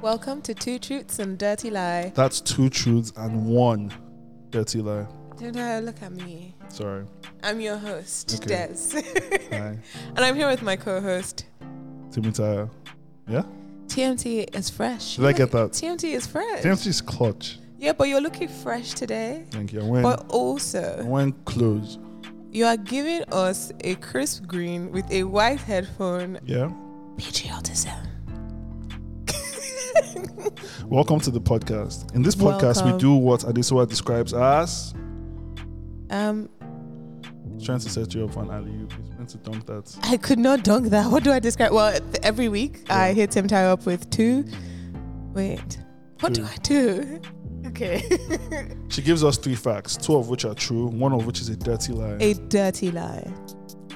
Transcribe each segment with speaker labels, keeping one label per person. Speaker 1: Welcome to Two Truths and Dirty Lie.
Speaker 2: That's two truths and one dirty lie.
Speaker 1: Don't uh, look at me.
Speaker 2: Sorry.
Speaker 1: I'm your host,
Speaker 2: Okay.
Speaker 1: Des.
Speaker 2: Hi.
Speaker 1: and I'm here with my co-host.
Speaker 2: Timothy. Yeah?
Speaker 1: TMT is fresh.
Speaker 2: Did I get
Speaker 1: Look,
Speaker 2: that?
Speaker 1: TMT is fresh.
Speaker 2: James is clutch.
Speaker 1: Yeah, but you're looking fresh today.
Speaker 2: Thank you. I went,
Speaker 1: But
Speaker 2: I
Speaker 1: also,
Speaker 2: went close.
Speaker 1: you are giving us a crisp green with a white headphone.
Speaker 2: Yeah.
Speaker 1: Patriotism.
Speaker 2: Welcome to the podcast. In this podcast,
Speaker 1: Welcome.
Speaker 2: we do what Adesowa describes as
Speaker 1: um,
Speaker 2: trying to set you up for an alley oop. He's meant to dunk that.
Speaker 1: I could not dunk that. What do I describe? Well, th- every week I
Speaker 2: Yeah.
Speaker 1: hit Tim Tye up with two. Wait, what do
Speaker 2: Two.
Speaker 1: I do? Hmm. Okay,
Speaker 2: She gives us three facts, two of which are true, one of which is a dirty lie.
Speaker 1: a dirty lie.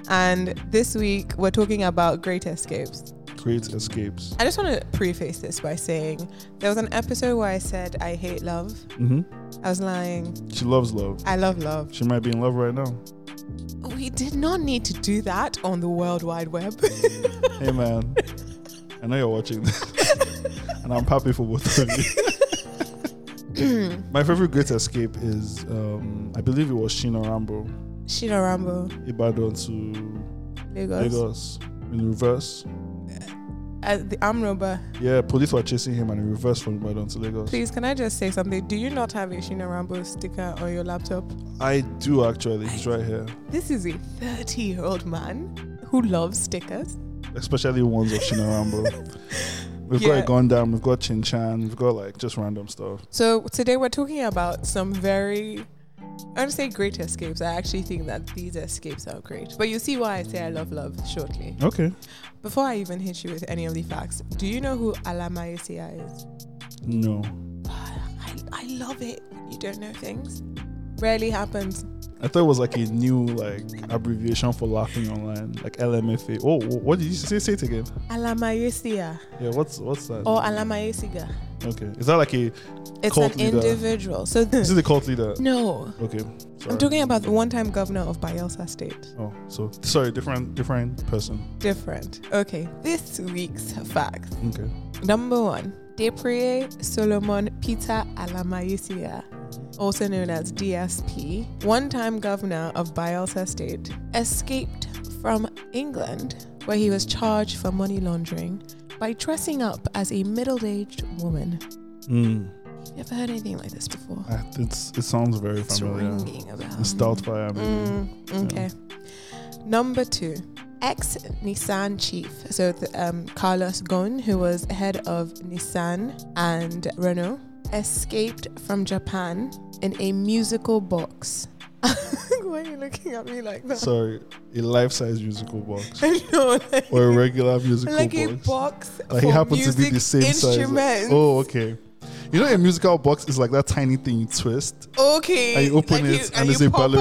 Speaker 1: And this week we're talking about great escapes.
Speaker 2: Great escapes.
Speaker 1: I just want to preface this by saying there was an episode where I said I hate love.
Speaker 2: hmm
Speaker 1: I was lying.
Speaker 2: She loves love.
Speaker 1: I love love.
Speaker 2: She might be in love right now.
Speaker 1: We did not need to do that on the World Wide Web.
Speaker 2: Hey, man. I know you're watching this, and I'm happy for both of you. My favorite Great Escape is, um, I believe it was Shino Rambo,
Speaker 1: Sheena Rambo,
Speaker 2: Ibadan to
Speaker 1: Lagos.
Speaker 2: Lagos in reverse.
Speaker 1: Uh, the Amroba.
Speaker 2: Yeah, police were chasing him and he reversed from Ibadan to Lagos.
Speaker 1: Please, can I just say something? Do you not have a Sheena Rambo sticker on your laptop?
Speaker 2: I do actually, he's right here,
Speaker 1: This is a 30 year old man who loves stickers.
Speaker 2: especially ones of Shino Rambo. We've
Speaker 1: Yeah.
Speaker 2: got a Gundam, we've got Chin Chan, we've got like just random stuff.
Speaker 1: So, today we're talking about some very, I don't say great escapes. I actually think that these escapes are great. But you'll see why I say I love love shortly.
Speaker 2: Okay.
Speaker 1: Before I even hit you with any of the facts, do you know who Alama Yesaya is?
Speaker 2: No,
Speaker 1: I, I love it. You don't know things? Rarely happens.
Speaker 2: I thought it was like a new like abbreviation for laughing online, like LMFA. Oh, wh- what did you say? Say it again.
Speaker 1: Alama Yesia
Speaker 2: Yeah, what's what's that?
Speaker 1: or Alama Yesiga.
Speaker 2: Okay, is that like a?
Speaker 1: It's
Speaker 2: Cult
Speaker 1: an
Speaker 2: leader.
Speaker 1: individual. So,
Speaker 2: Is it the cult leader?
Speaker 1: no.
Speaker 2: Okay,
Speaker 1: I'm
Speaker 2: sorry.
Speaker 1: talking about the one time governor of Bayelsa State.
Speaker 2: Oh, so sorry, different different person.
Speaker 1: Different. Okay, this week's facts.
Speaker 2: Okay.
Speaker 1: Number one Deprie Solomon Peter Alamayisia, also known as DSP, one time governor of Bayelsa State, escaped from England where he was charged for money laundering by dressing up as a middle aged woman.
Speaker 2: Mm.
Speaker 1: Never heard anything like this before.
Speaker 2: Ah, It's it sounds very
Speaker 1: It's
Speaker 2: familiar.
Speaker 1: ringing a bell.
Speaker 2: It's Doubtfire. maybe.
Speaker 1: Mm, okay. Number two, ex Nissan chief. So the, um, Carlos Ghosn, who was head of Nissan and Renault, escaped from Japan in a musical box. Why are you looking at me like that?
Speaker 2: Sorry, a life-size musical box
Speaker 1: I know, like,
Speaker 2: or a regular musical
Speaker 1: like a
Speaker 2: box.
Speaker 1: box.
Speaker 2: Like
Speaker 1: for
Speaker 2: it happens to be
Speaker 1: music
Speaker 2: the same size.
Speaker 1: instruments.
Speaker 2: Oh, okay. You know, a musical box is like that tiny thing you twist
Speaker 1: okay.
Speaker 2: and you open
Speaker 1: Like
Speaker 2: it
Speaker 1: you-
Speaker 2: and
Speaker 1: you
Speaker 2: there's a
Speaker 1: pop out.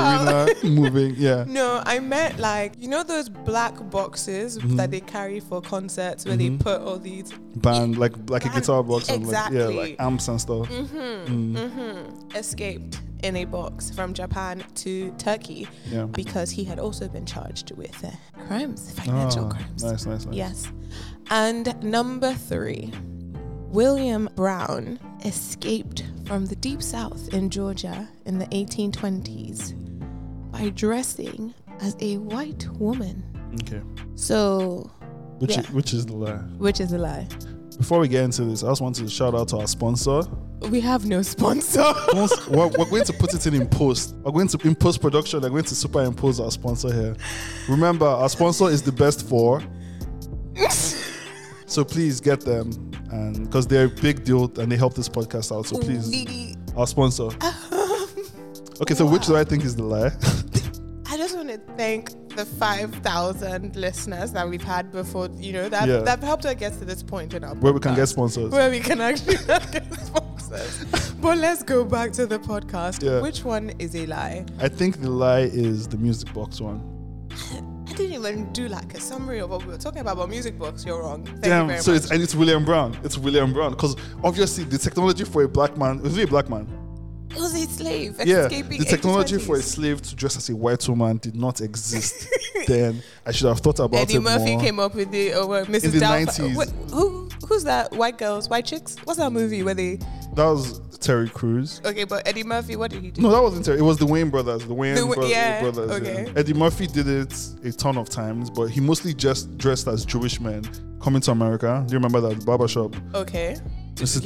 Speaker 2: ballerina moving. Yeah.
Speaker 1: No, I meant like you know those black boxes
Speaker 2: Mm-hmm.
Speaker 1: that they carry for concerts where
Speaker 2: Mhm.
Speaker 1: they put all these.
Speaker 2: Band, like like a
Speaker 1: Band,
Speaker 2: guitar box. and Like,
Speaker 1: exactly.
Speaker 2: yeah, like amps and stuff.
Speaker 1: Mm-hmm. Mm-hmm. Escaped in a box from Japan to Turkey
Speaker 2: Yeah.
Speaker 1: because he had also been charged with uh, crimes, financial
Speaker 2: Ah,
Speaker 1: crimes.
Speaker 2: Nice, nice, nice.
Speaker 1: Yes. And number three, William Brown escaped from the deep south in Georgia in the 1820s by dressing as a white woman.
Speaker 2: Okay.
Speaker 1: So,
Speaker 2: Which
Speaker 1: Yeah.
Speaker 2: is, which is the lie?
Speaker 1: which is a lie.
Speaker 2: Before we get into this, I just wanted to shout out to our sponsor.
Speaker 1: We have no sponsor.
Speaker 2: Once- we're, we're going to put it in in post. We're going to in post production. We're going to superimpose our sponsor here. Remember, our sponsor is the best for. So please get them, and because they're a big deal and they help this podcast out. So please,
Speaker 1: We-
Speaker 2: our sponsor. Okay, so which do I think is the lie?
Speaker 1: I just want to thank the 5,000 listeners that we've had before, you know, that,
Speaker 2: Yeah.
Speaker 1: that helped us get to this point in our
Speaker 2: Where we can
Speaker 1: podcast,
Speaker 2: get sponsors.
Speaker 1: Where we can actually get sponsors. But let's go back to the podcast.
Speaker 2: Yeah.
Speaker 1: Which one is a lie?
Speaker 2: I think the lie is the music box one.
Speaker 1: I didn't even do like a summary of what we were talking about, but music books, you're wrong. Thank you
Speaker 2: Damn.
Speaker 1: very
Speaker 2: So
Speaker 1: much.
Speaker 2: it's and it's William Brown. It's William Brown because obviously the technology for a black man. Was he a black man?
Speaker 1: it was a slave
Speaker 2: yeah,
Speaker 1: escaping
Speaker 2: the technology
Speaker 1: 1820s.
Speaker 2: for a slave to dress as a white woman did not exist then. I should have thought about
Speaker 1: Eddie
Speaker 2: it
Speaker 1: Murphy
Speaker 2: more.
Speaker 1: came up with the oh, well, Mrs.
Speaker 2: the
Speaker 1: Doubtfire.
Speaker 2: 90s.
Speaker 1: Wh- who, who's that? White girls, white chicks. What's that movie where they?
Speaker 2: That was Terry Crews.
Speaker 1: Okay, but Eddie Murphy. What did he do?
Speaker 2: No, that wasn't Terry. It was the Wayne brothers. The Wayne
Speaker 1: The Wa-
Speaker 2: brothers.
Speaker 1: yeah,
Speaker 2: brothers
Speaker 1: okay.
Speaker 2: Eddie Murphy did it a ton of times, but he mostly just dressed as Jewish men coming to America. Do you remember that the barber shop?
Speaker 1: Okay.
Speaker 2: Mrs.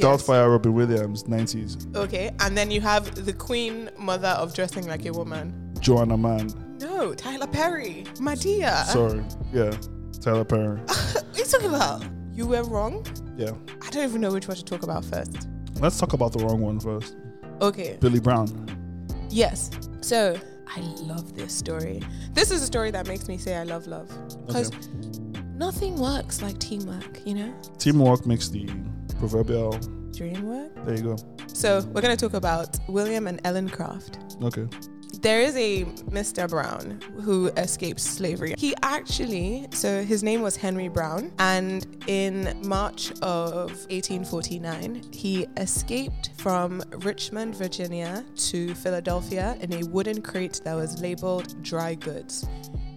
Speaker 1: Yes.
Speaker 2: Doubtfire, Robin Williams, 90s.
Speaker 1: Okay, and then you have the queen mother of dressing like a woman.
Speaker 2: Joanna Mann.
Speaker 1: No, Tyler Perry, my dear.
Speaker 2: Sorry. Yeah. Tyler Perry.
Speaker 1: What are you talking about? You were wrong.
Speaker 2: Yeah.
Speaker 1: I don't even know which one to talk about first.
Speaker 2: Let's talk about the wrong one first.
Speaker 1: Okay.
Speaker 2: Billy Brown.
Speaker 1: Yes. So I love this story. This is a story that makes me say I love love because
Speaker 2: Okay.
Speaker 1: nothing works like teamwork. You know,
Speaker 2: Teamwork makes the proverbial.
Speaker 1: dream work.
Speaker 2: There you go.
Speaker 1: So we're gonna talk about William and Ellen Craft.
Speaker 2: Okay.
Speaker 1: there is a Mr. Brown who escapes slavery. He actually, so his name was Henry Brown, and in March of 1849, he escaped from Richmond, Virginia to Philadelphia in a wooden crate that was labeled dry goods.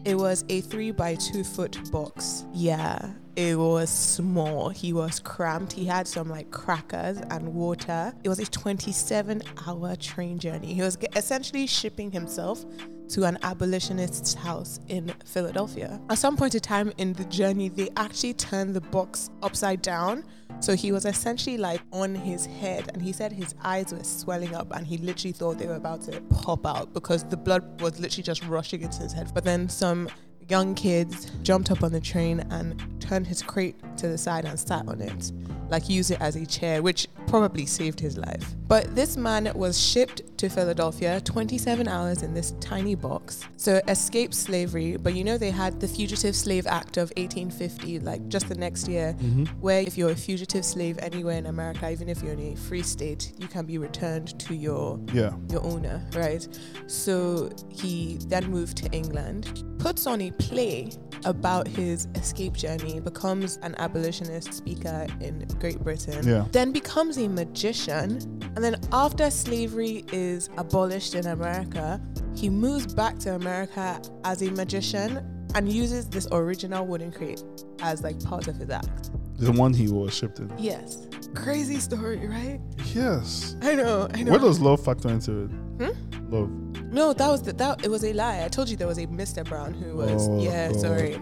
Speaker 1: It was a three by two foot box. Yeah, it was small. He was cramped. He had some like crackers and water. It was a 27 hour train journey. He was ge- essentially shipping himself to an abolitionist's house in Philadelphia. At some point in time in the journey, they actually turned the box upside down. So he was essentially like on his head, and he said his eyes were swelling up, and he literally thought they were about to pop out because the blood was literally just rushing into his head. But then some young kids jumped up on the train and turned his crate to the side and sat on it, like use it as a chair, which probably saved his life. But this man was shipped to Philadelphia 27 hours in this tiny box. So escaped slavery, but you know they had the Fugitive Slave Act of 1850, like just the next year, where if you're a fugitive slave anywhere in America, even if you're in a free state, you can be returned to your
Speaker 2: Yeah.
Speaker 1: your owner, right? So he then moved to England, puts on a play about his escape journey, becomes an abolitionist speaker in Great Britain,
Speaker 2: Yeah.
Speaker 1: then becomes a magician. And then after slavery is abolished in America, he moves back to America as a magician and uses this original wooden crate as like part of his act.
Speaker 2: The one he was shipped in.
Speaker 1: Yes. Crazy story, right?
Speaker 2: Yes.
Speaker 1: I know, I know.
Speaker 2: Where does love factor into it?
Speaker 1: Hmm?
Speaker 2: Love.
Speaker 1: No, that was the, that. It was a lie. I told you there was a Mr. Brown who was.
Speaker 2: Oh,
Speaker 1: yeah,
Speaker 2: God.
Speaker 1: sorry,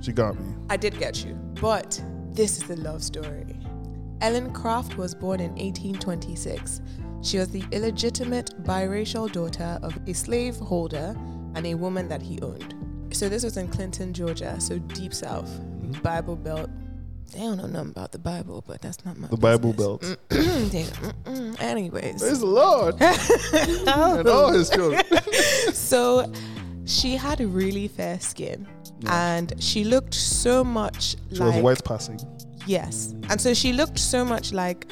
Speaker 2: She got me.
Speaker 1: I did get you. But this is the love story. Ellen Craft was born in 1826. She was the illegitimate biracial daughter of a slave holder and a woman that he owned. So this was in Clinton, Georgia, so deep south,
Speaker 2: Mm-hmm.
Speaker 1: Bible Belt. They don't know nothing about the Bible, but that's not my
Speaker 2: The Bible Belt.
Speaker 1: business. They- mm-mm. Anyways,
Speaker 2: Praise the Lord. and all his children.
Speaker 1: so she had really fair skin and she looked so much
Speaker 2: She
Speaker 1: like
Speaker 2: was white passing.
Speaker 1: yes and so she looked so much like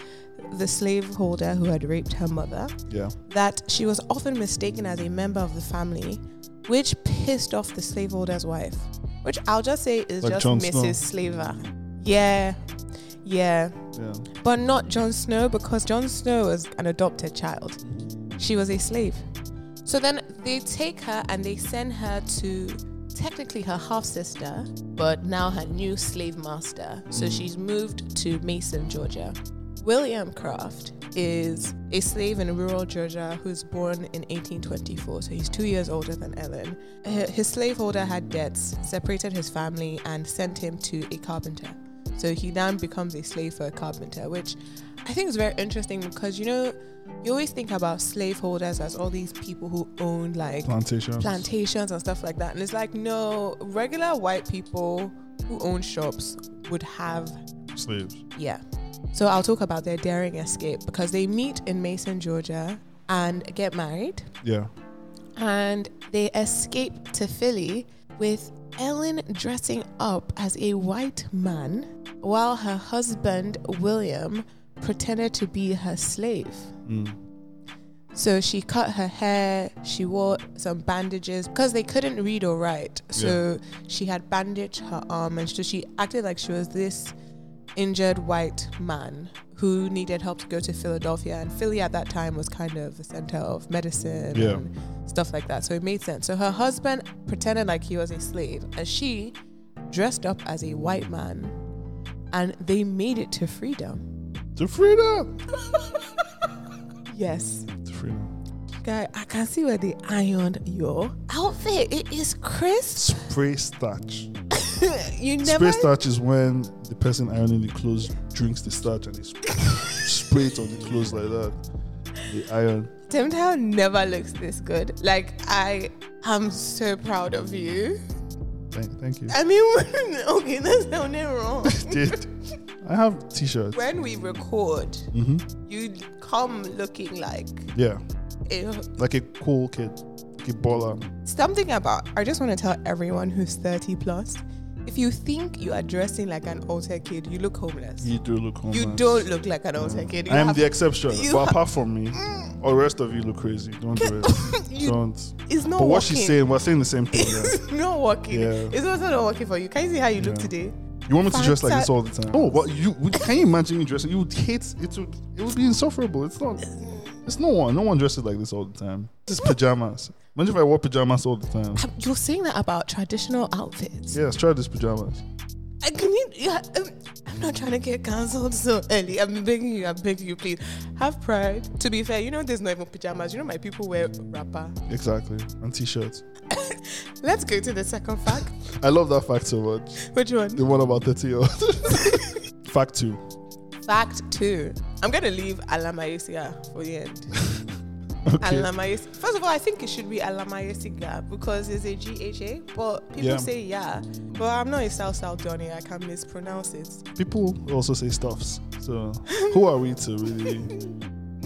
Speaker 1: the slaveholder who had raped her mother
Speaker 2: Yeah.
Speaker 1: that she was often mistaken as a member of the family which pissed off the slaveholder's wife which i'll just say is
Speaker 2: Like
Speaker 1: just
Speaker 2: Jon
Speaker 1: mrs
Speaker 2: Snow.
Speaker 1: slaver yeah yeah
Speaker 2: Yeah.
Speaker 1: but not Jon Snow because Jon Snow was an adopted child. She was a slave. So then they take her and they send her to technically her half sister, but now her new slave master. So she's moved to Mason, Georgia. William Craft is a slave in rural Georgia who's born in 1824, so he's two years older than Ellen. H- His slaveholder had debts, separated his family, and sent him to a carpenter. So he then becomes a slave for a carpenter, which I think is very interesting because you know, you always think about slaveholders as all these people who own like
Speaker 2: Plantation.
Speaker 1: plantations and stuff like that. And it's like, no, regular white people who own shops would have
Speaker 2: Slaves.
Speaker 1: yeah. So I'll talk about their daring escape because they meet in Mason, Georgia and get married.
Speaker 2: Yeah.
Speaker 1: And they escape to Philly with Ellen dressing up as a white man while her husband, William, pretended to be her slave.
Speaker 2: Mm.
Speaker 1: So she cut her hair, she wore some bandages because they couldn't read or write. So she had bandaged her arm and so she acted like she was this injured white man who needed help to go to Philadelphia. And Philly at that time was kind of the center of medicine
Speaker 2: Yeah.
Speaker 1: and stuff like that. So it made sense. So her husband pretended like he was a slave and she dressed up as a white man and they made it to freedom.
Speaker 2: To freedom.
Speaker 1: Yes.
Speaker 2: To freedom.
Speaker 1: Guy, I can see where they ironed your outfit. It is crisp.
Speaker 2: Spray starch.
Speaker 1: you
Speaker 2: Spray
Speaker 1: never
Speaker 2: starch is when the person ironing the clothes drinks the starch and they sp- spray it on the clothes like that. The iron.
Speaker 1: Temtel never looks this good. Like I am so proud of you.
Speaker 2: Thank, thank you.
Speaker 1: I mean, okay, that's sounded wrong.
Speaker 2: Did I have t-shirts?
Speaker 1: when we record,
Speaker 2: hmm
Speaker 1: you come looking like
Speaker 2: Yeah,
Speaker 1: a
Speaker 2: like a cool kid, like a baller.
Speaker 1: something about i just want to tell everyone who's 30 plus if you think you are dressing like an older kid you look homeless
Speaker 2: You do look homeless.
Speaker 1: you don't look like an older kid you
Speaker 2: I am
Speaker 1: have-
Speaker 2: the exception.
Speaker 1: you
Speaker 2: But
Speaker 1: have- Mm.
Speaker 2: apart from me, all the rest of you look crazy. Don't do it.
Speaker 1: you-
Speaker 2: don't.
Speaker 1: it's not
Speaker 2: But what
Speaker 1: working.
Speaker 2: she's saying, we're saying the same thing. Yeah.
Speaker 1: it's not working
Speaker 2: Yeah.
Speaker 1: it's also not working for you can you see how you look
Speaker 2: Yeah.
Speaker 1: today
Speaker 2: You want me to dress like
Speaker 1: Fanta-
Speaker 2: this all the time? Oh, what you? would- Can you imagine me dressing? You would hate it. Would, it would be insufferable. It's not. It's no one. No one dresses like this all the time. This is pajamas. Imagine if I wore pajamas all the time.
Speaker 1: Um, you're saying that about traditional outfits
Speaker 2: Yes, try this pajamas.
Speaker 1: I can you yeah, um, i'm not trying to get cancelled so early i'm begging you i'm begging you please have pride to be fair you know there's not even pajamas you know my people wear wrapper
Speaker 2: Exactly. And t-shirts.
Speaker 1: let's go to the second fact
Speaker 2: I love that fact so much.
Speaker 1: which one
Speaker 2: The one about thirty year old. fact two.
Speaker 1: Fact two. I'm gonna leave Alamayusia for the end.
Speaker 2: Okay.
Speaker 1: Alamayusi. First of all, I think it should be Alamayusiga because it's a GHA, but people
Speaker 2: Yeah.
Speaker 1: say yeah. But I'm not a South South Donny, I can mispronounce it.
Speaker 2: People also say stuffs. So who are we to really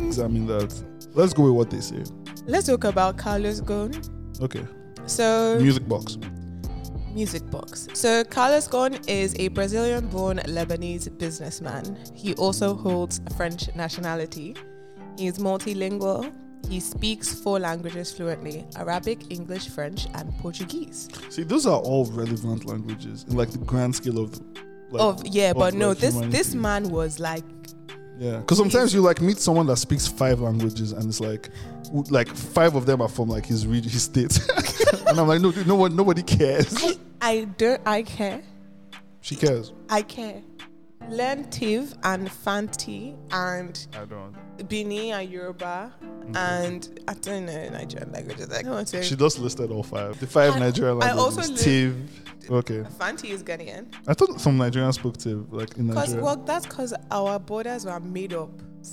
Speaker 2: examine that? Let's go with what they say.
Speaker 1: Let's talk about Carlos Ghosn.
Speaker 2: Okay.
Speaker 1: So
Speaker 2: Music box.
Speaker 1: Music Box. So, Carlos Ghosn is a Brazilian born Lebanese businessman. He also holds French nationality. He is multilingual. He speaks four languages fluently Arabic, English, French, and Portuguese.
Speaker 2: See, those are all relevant languages in like the grand scale of, like,
Speaker 1: Of Oh, yeah,
Speaker 2: of,
Speaker 1: but no,
Speaker 2: like,
Speaker 1: this this man
Speaker 2: humanity.
Speaker 1: was like
Speaker 2: yeah. Because sometimes you like meet someone that speaks five languages and it's like, w- like five of them are from like his region, his state, and I'm like, no, dude, no one, nobody cares.
Speaker 1: I, I don't I care.
Speaker 2: she cares.
Speaker 1: I care. Learn Tiv and Fanti and
Speaker 2: I don't.
Speaker 1: Bini and Yoruba and I don't know Nigerian languages. I don't want to
Speaker 2: Mm-hmm. She just listed all five. The five
Speaker 1: I-
Speaker 2: Nigerian
Speaker 1: I
Speaker 2: languages.
Speaker 1: also li-
Speaker 2: Tiv. Okay.
Speaker 1: Fanti is Ghanaian.
Speaker 2: I thought some Nigerians spoke Tiv, like in
Speaker 1: Cause
Speaker 2: Nigeria.
Speaker 1: well, that's cause our borders were made up.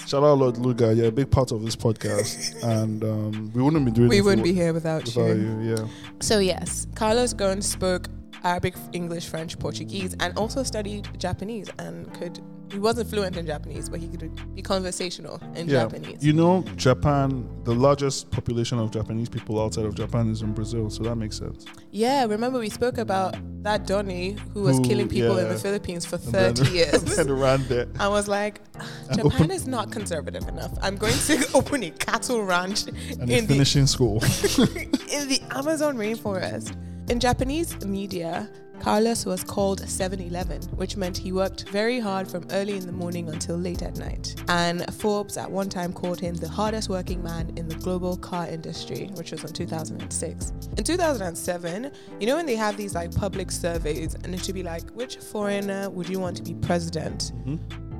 Speaker 2: Shout out Lord Luga, you're a big part of this podcast, and um, we wouldn't be doing it
Speaker 1: We
Speaker 2: if
Speaker 1: wouldn't
Speaker 2: it
Speaker 1: be here without,
Speaker 2: wa- without you. Yeah,
Speaker 1: So yes, Carlos Ghosn spoke Arabic, English, French, Portuguese, and also studied Japanese and could. He wasn't fluent in Japanese, but he could be conversational in
Speaker 2: yeah.
Speaker 1: Japanese.
Speaker 2: You know, Japan, the largest population of Japanese people outside of Japan is in Brazil, so that makes sense.
Speaker 1: yeah, remember we spoke about that Donny who was
Speaker 2: Who-
Speaker 1: killing people in
Speaker 2: yeah.
Speaker 1: the Philippines for
Speaker 2: And then-
Speaker 1: 30 years.
Speaker 2: and around there,
Speaker 1: I was like, "Ah,
Speaker 2: And
Speaker 1: Japan
Speaker 2: open-
Speaker 1: is not conservative enough. I'm going to open a cattle ranch
Speaker 2: and
Speaker 1: in
Speaker 2: he's
Speaker 1: the
Speaker 2: finishing school.
Speaker 1: in the Amazon rainforest. In Japanese media, Carlos was called 7 Eleven, which meant he worked very hard from early in the morning until late at night. And Forbes at one time called him the hardest working man in the global car industry, which was in 2006. In 2007, you know, when they have these like public surveys and it should be like, which foreigner would you want to be president?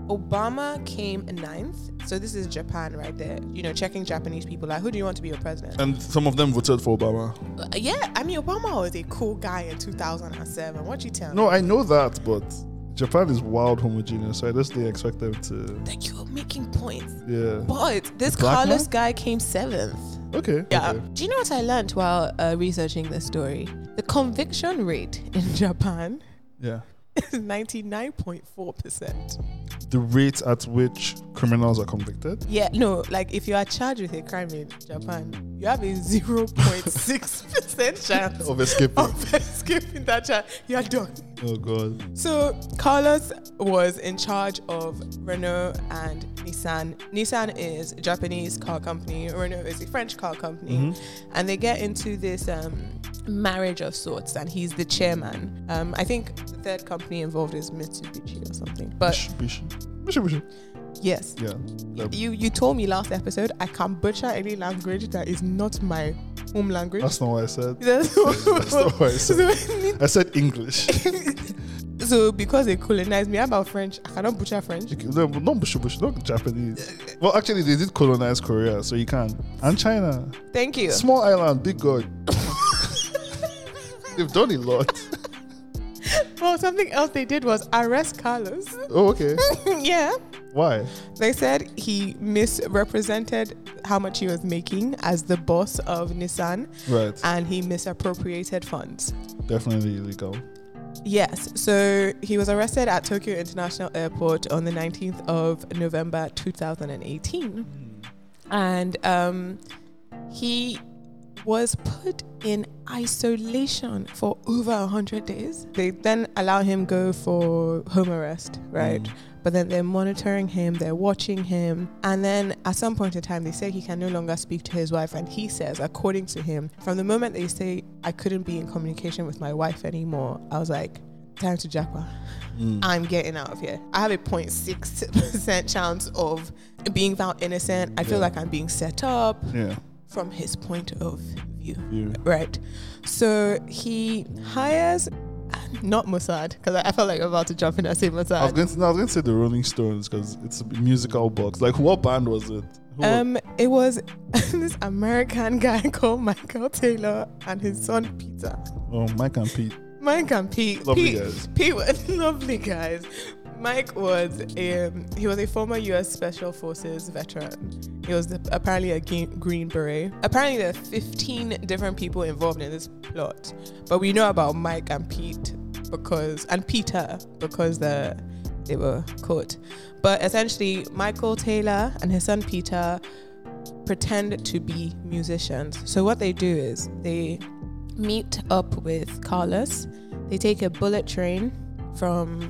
Speaker 1: Obama came ninth. So this is Japan right there, you know, checking Japanese people like, who do you want to be your president? Uh,
Speaker 2: and some of them voted for Obama.
Speaker 1: Yeah, I mean Obama was a cool guy in 2007. What you tell me?
Speaker 2: No, I know that, but Japan is wild homogeneous, so I just didn't expect them to.
Speaker 1: Like you're making points.
Speaker 2: Yeah.
Speaker 1: But this
Speaker 2: Black
Speaker 1: Carlos
Speaker 2: man?
Speaker 1: guy came seventh.
Speaker 2: Okay.
Speaker 1: Yeah.
Speaker 2: okay.
Speaker 1: Do you know what I learned while uh, researching this story? The conviction rate in Japan
Speaker 2: Yeah.
Speaker 1: is 99.4 percent.
Speaker 2: The rate at which criminals are convicted.
Speaker 1: Yeah, no, like if you are charged with a crime in Japan, you have a 0.6 percent chance
Speaker 2: Of escaping.
Speaker 1: of escaping Oh, that charge. You're done.
Speaker 2: Oh God.
Speaker 1: So Carlos was in charge of Renault and Nissan. Nissan is a Japanese car company. Renault is a French car company,
Speaker 2: Mm-hmm.
Speaker 1: and they get into this um, marriage of sorts. And he's the chairman. Um, I think the third company involved is Mitsubishi or something. But
Speaker 2: Bish, bish. Bish, bish.
Speaker 1: yes,
Speaker 2: Yeah. Yeah.
Speaker 1: you you told me last episode I can butcher any language that is not my home language.
Speaker 2: That's not what I said.
Speaker 1: That's
Speaker 2: That's not what I said.
Speaker 1: So-
Speaker 2: I said English.
Speaker 1: So because they colonized me, how about French? I cannot butcher French.
Speaker 2: You can- no, but Not bushy bushy, not Japanese. Well, actually, they did colonize Korea, so you can. And China.
Speaker 1: Thank you.
Speaker 2: Small island, big God. They've done a lot.
Speaker 1: Well, Oh, something else they did was arrest Carlos.
Speaker 2: Oh, okay.
Speaker 1: yeah.
Speaker 2: Why?
Speaker 1: They said he misrepresented how much he was making as the boss of Nissan
Speaker 2: Right.
Speaker 1: and he misappropriated funds.
Speaker 2: Definitely illegal.
Speaker 1: Yes, so he was arrested at Tokyo International Airport on the 19th of November 2018. And um, he was put in isolation for over 100 days. They then allow him go for home arrest, right?
Speaker 2: Mm.
Speaker 1: But then they're monitoring him, they're watching him. And then at some point in time, they say he can no longer speak to his wife. And he says, according to him, from the moment they say, I couldn't be in communication with my wife anymore, I was like, time to japa. I'm getting out of here. I have a 0.6% chance of being found innocent. I feel
Speaker 2: Yeah.
Speaker 1: like I'm being set up
Speaker 2: Mm, Yeah.
Speaker 1: from his point of view.
Speaker 2: You.
Speaker 1: Right. So he hires not Mossad, because I I felt like I'm about to jump in and say
Speaker 2: I was
Speaker 1: Mossad.
Speaker 2: going to, no, I was going to say the Rolling Stones because it's a musical box. Like, what band was it? Who was-
Speaker 1: Um, it was this American guy called Michael Taylor and his son Peter.
Speaker 2: oh, Mike and Pete.
Speaker 1: Mike and Pete.
Speaker 2: Lovely
Speaker 1: Pete,
Speaker 2: guys.
Speaker 1: Pete was lovely guys. Mike was um, he was a former U.S. Special Forces veteran. He was the, apparently a ge- Green Beret. Apparently, there are 15 different people involved in this plot, but we know about Mike and Pete because and Peter because the they were caught. But essentially, Michael Taylor and his son Peter pretend to be musicians. So what they do is they meet up with Carlos. They take a bullet train from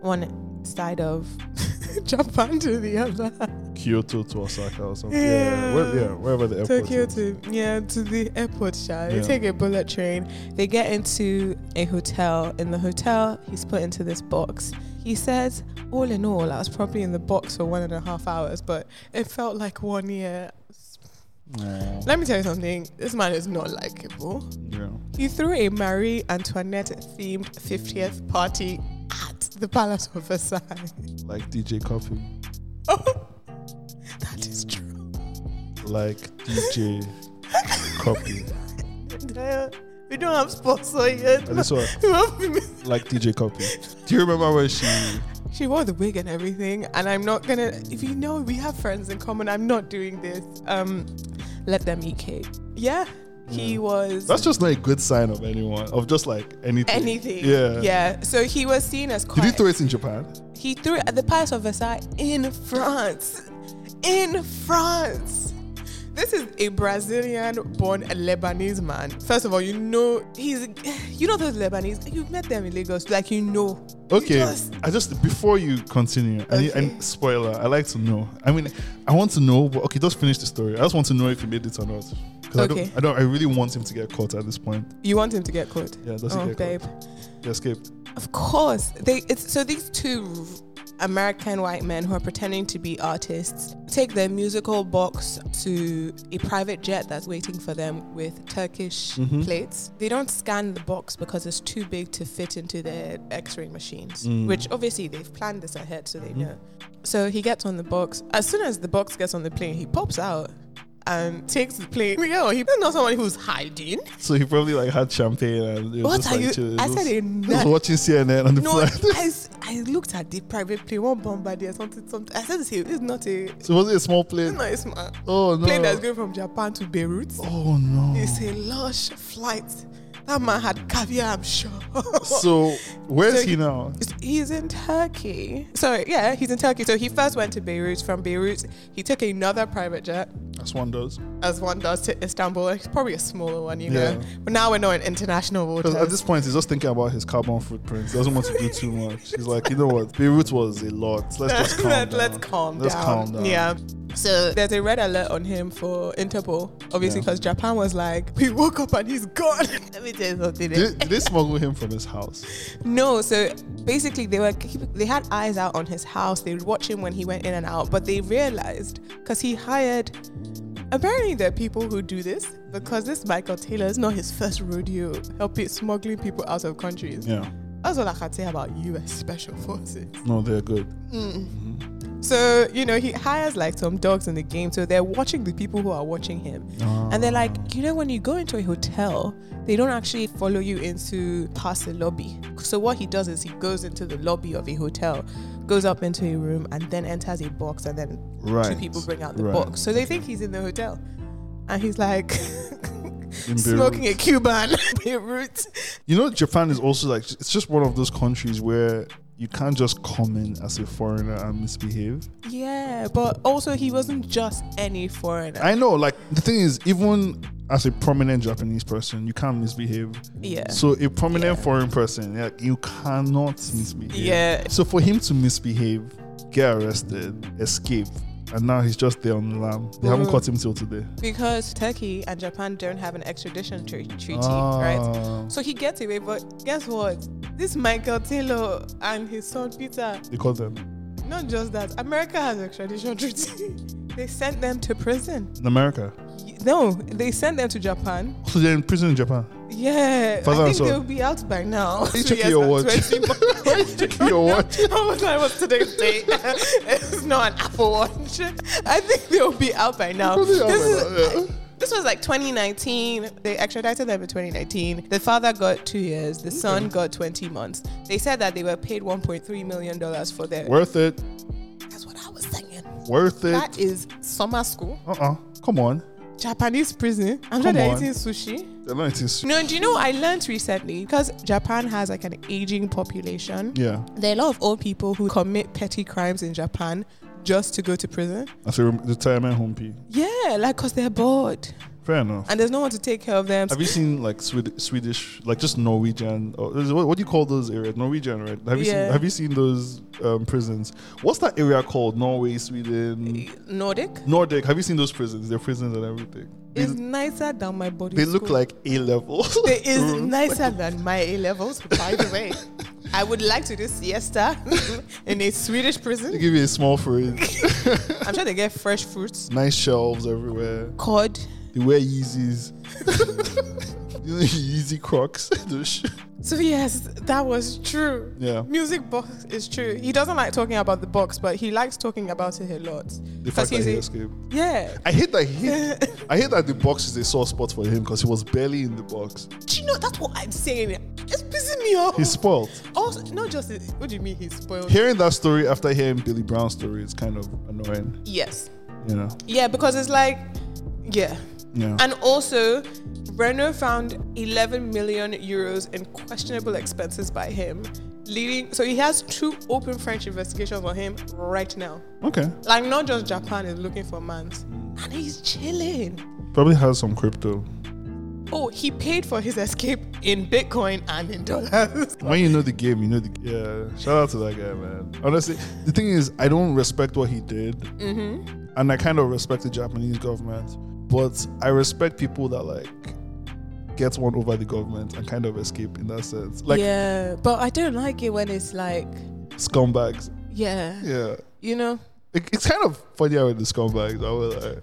Speaker 1: one side of Japan to the other.
Speaker 2: Kyoto to Osaka or something.
Speaker 1: Yeah.
Speaker 2: Yeah. Where, yeah wherever the airport
Speaker 1: Tokyo
Speaker 2: is.
Speaker 1: to yeah to the airport. Sha. They
Speaker 2: Yeah.
Speaker 1: take a bullet train. They get into a hotel. In the hotel, he's put into this box. He says, all in all, I was probably in the box for one and a half hours, but it felt like one year.
Speaker 2: Aw.
Speaker 1: Let me tell you something. This man is not likable.
Speaker 2: Yeah.
Speaker 1: He threw a Marie Antoinette themed 50th party at the Palace of Versailles.
Speaker 2: Like DJ Coffee.
Speaker 1: Oh, that is true.
Speaker 2: Like DJ Coffee.
Speaker 1: Damn, We don't have sponsor yet.
Speaker 2: And this one, like DJ Coffee. Do you remember when she.
Speaker 1: she wore the wig and everything, and I'm not gonna. If you know we have friends in common, I'm not doing this. Um, let them eat cake. Yeah, he
Speaker 2: Yeah.
Speaker 1: was.
Speaker 2: That's just not a good sign of anyone, of just like anything.
Speaker 1: anything.
Speaker 2: Yeah.
Speaker 1: Yeah. So he was seen as
Speaker 2: Did
Speaker 1: quite.
Speaker 2: he throw it in Japan?
Speaker 1: He threw it at the Palace of Versailles in France. In France. This is a Brazilian born Lebanese man. First of all, you know, he's, you know, those Lebanese, you've met them in Lagos, like, you know. You
Speaker 2: Okay,
Speaker 1: just-
Speaker 2: I just before you continue, I need, I
Speaker 1: Okay.
Speaker 2: need- spoiler. I like to know. I mean, I want to know. But okay, just finish the story. I just want to know if he made it or not. 'Cause I
Speaker 1: Okay.
Speaker 2: don't. I don't. I really want him to get caught at this point.
Speaker 1: you want him to get caught.
Speaker 2: Yeah, does
Speaker 1: Oh,
Speaker 2: he get
Speaker 1: babe.
Speaker 2: caught? He escaped.
Speaker 1: Of course. They it's so these two American white men who are pretending to be artists take their musical box to a private jet that's waiting for them with Turkish
Speaker 2: Mhm.
Speaker 1: plates. They don't scan the box because it's too big to fit into their x-ray machines,
Speaker 2: Mm.
Speaker 1: which obviously they've planned this ahead so they
Speaker 2: Mhm.
Speaker 1: know. So he gets on the box. As soon as the box gets on the plane, he pops out and takes the plane. Yo, he's not someone who's hiding.
Speaker 2: So he probably like had champagne and it was
Speaker 1: What
Speaker 2: just,
Speaker 1: are
Speaker 2: like,
Speaker 1: you?
Speaker 2: chilling.
Speaker 1: I
Speaker 2: Just-
Speaker 1: said a nut.
Speaker 2: just watching CNN on the
Speaker 1: No, I,
Speaker 2: flight.
Speaker 1: s- I looked at the private plane, one bombardier, something, something. I said, this is not a, this
Speaker 2: So was it a small
Speaker 1: is
Speaker 2: plane?
Speaker 1: not a small
Speaker 2: Oh no!
Speaker 1: plane that's going from Japan to Beirut.
Speaker 2: oh no!
Speaker 1: It's a lush flight. That man had caviar, I'm sure.
Speaker 2: So where's
Speaker 1: So he-
Speaker 2: he now?
Speaker 1: He's in Turkey. So, yeah, he's in Turkey. So, he first went to Beirut. From Beirut, he took another private jet,
Speaker 2: As one does.
Speaker 1: as one does to Istanbul. It's probably a smaller one, you know.
Speaker 2: Yeah.
Speaker 1: But now we're not in international waters.
Speaker 2: Because at this point, he's just thinking about his carbon footprint. He doesn't want to do too much. He's like, you know what? Beirut was a lot. Let's just calm
Speaker 1: Let-
Speaker 2: down.
Speaker 1: Let's calm
Speaker 2: Let's
Speaker 1: down.
Speaker 2: calm down.
Speaker 1: Yeah. So there's a red alert on him for Interpol, obviously,
Speaker 2: Yeah.
Speaker 1: because Japan was like, we woke up and he's gone. Let me tell you something. eh?
Speaker 2: Did, did they smuggle him from his house?
Speaker 1: No, so basically they were they had eyes out on his house. They would watch him when he went in and out, but they realized because he hired. Apparently, there are people who do this because this Michael Taylor is not his first rodeo helping smuggling people out of countries.
Speaker 2: Yeah.
Speaker 1: That's all I can say about U.S. Special Forces.
Speaker 2: No, they're good.
Speaker 1: So, you know, he hires like some dogs in the game. So they're watching the people who are watching him. And they're like, you know, when you go into a hotel, they don't actually follow you into past the lobby. So what he does is he goes into the lobby of a hotel, goes up into a room, and then enters a box. And then
Speaker 2: Uh, Right.
Speaker 1: two people bring out the
Speaker 2: Right.
Speaker 1: box. So they think he's in the hotel. And he's like,
Speaker 2: In
Speaker 1: smoking
Speaker 2: Beirut.
Speaker 1: a Cuban Beirut.
Speaker 2: You know, Japan is also like it's just one of those countries where you can't just come in as a foreigner and misbehave.
Speaker 1: Yeah, but also he wasn't just any foreigner.
Speaker 2: I know, like the thing is, even as a prominent Japanese person, you can't misbehave.
Speaker 1: yeah.
Speaker 2: So a prominent
Speaker 1: Yeah.
Speaker 2: foreign person, like you cannot misbehave.
Speaker 1: Yeah.
Speaker 2: So for him to misbehave, get arrested, escape, and now he's just there on the lam. They haven't
Speaker 1: Mhm.
Speaker 2: caught him till today.
Speaker 1: Because Turkey and Japan don't have an extradition tre- treaty, right?
Speaker 2: Ah,
Speaker 1: So he gets away, but guess what? This Michael Taylor and his son Peter,
Speaker 2: They caught them
Speaker 1: not just that, America has extradition treaty. they sent them to prison.
Speaker 2: in America.
Speaker 1: Y- No, they sent them to Japan.
Speaker 2: So they're in prison in Japan.
Speaker 1: Yeah,
Speaker 2: Father
Speaker 1: I
Speaker 2: and
Speaker 1: think
Speaker 2: son.
Speaker 1: they'll be out by now.
Speaker 2: you
Speaker 1: Two
Speaker 2: checking
Speaker 1: years
Speaker 2: your
Speaker 1: and
Speaker 2: watch?
Speaker 1: 20 months.
Speaker 2: Why are you checking your watch?
Speaker 1: How much time was today's date? it's not an Apple Watch. I think they'll be out by now.
Speaker 2: Probably out
Speaker 1: This
Speaker 2: by
Speaker 1: is-
Speaker 2: now, yeah.
Speaker 1: This was like 2019. They extradited them in 2019. The father got two years. The son got 20 months. They said that they were paid 1.3 million dollars for their.
Speaker 2: Worth it.
Speaker 1: That's what I was saying.
Speaker 2: Worth it.
Speaker 1: That is summer school,
Speaker 2: Uh uh Come on.
Speaker 1: Japanese prison. I'm sure
Speaker 2: Come
Speaker 1: they're
Speaker 2: on.
Speaker 1: eating sushi.
Speaker 2: They're not eating su-
Speaker 1: No, do you know I learned recently because Japan has like an aging population.
Speaker 2: Yeah.
Speaker 1: There are a lot of old people who commit petty crimes in Japan just to go to prison.
Speaker 2: That's a rem- retirement home pee.
Speaker 1: Yeah, like because they're bored
Speaker 2: Fair enough.
Speaker 1: and there's no one to take care of them.
Speaker 2: Have you seen like Swed- Swedish, like just Norwegian? Or, is it- what, what do you call those areas? Norwegian, right? Have you
Speaker 1: Yeah.
Speaker 2: seen? Have you seen those um, prisons? What's that area called? Norway, Sweden,
Speaker 1: Nordic
Speaker 2: Nordic. Have you seen those prisons? They're prisons and everything. They,
Speaker 1: is nicer than my body.
Speaker 2: they look
Speaker 1: school.
Speaker 2: like Mm-hmm. A level.
Speaker 1: They is nicer than my A levels. By the way, I would like to do siesta in a Swedish
Speaker 2: They
Speaker 1: prison.
Speaker 2: give you a small fridge,
Speaker 1: I'm sure they get fresh fruits,
Speaker 2: nice shelves everywhere.
Speaker 1: cod.
Speaker 2: They wear Yeezys. you know, Yeezy Crocs. Those sh-
Speaker 1: So yes, that was true.
Speaker 2: yeah.
Speaker 1: Music box is true. He doesn't like talking about the box, but he likes talking about it a lot.
Speaker 2: The fact that
Speaker 1: he's
Speaker 2: he
Speaker 1: a-
Speaker 2: escaped.
Speaker 1: Yeah.
Speaker 2: I hate that he. I hate that the box is a sore spot for him because he was barely in the box.
Speaker 1: Do you know that's what I'm saying? It's pissing me off.
Speaker 2: He's spoiled.
Speaker 1: also not just what do you mean he's spoiled?
Speaker 2: Hearing that story after hearing Billy Brown's story is kind of annoying.
Speaker 1: yes.
Speaker 2: You know.
Speaker 1: Yeah, because it's like yeah.
Speaker 2: Yeah.
Speaker 1: And also Renault found 11 million euros in questionable expenses by him, leading so he has two open French investigations on him right now.
Speaker 2: okay.
Speaker 1: Like not just Japan is looking for mans. And he's chilling.
Speaker 2: Probably has some crypto.
Speaker 1: Oh, he paid for his escape in Bitcoin and in dollars.
Speaker 2: When you know the game, you know the yeah. Shout out to that guy, man. Honestly, the thing is, I don't respect what he did, mm-hmm. and I kind of respect the Japanese government, but I respect people that like get one over the government and kind of escape in that sense, like
Speaker 1: yeah, but I don't like it when it's like,
Speaker 2: scumbags.
Speaker 1: yeah,
Speaker 2: Yeah.
Speaker 1: you know,
Speaker 2: It, it's kind of funny how the scumbags. I was like,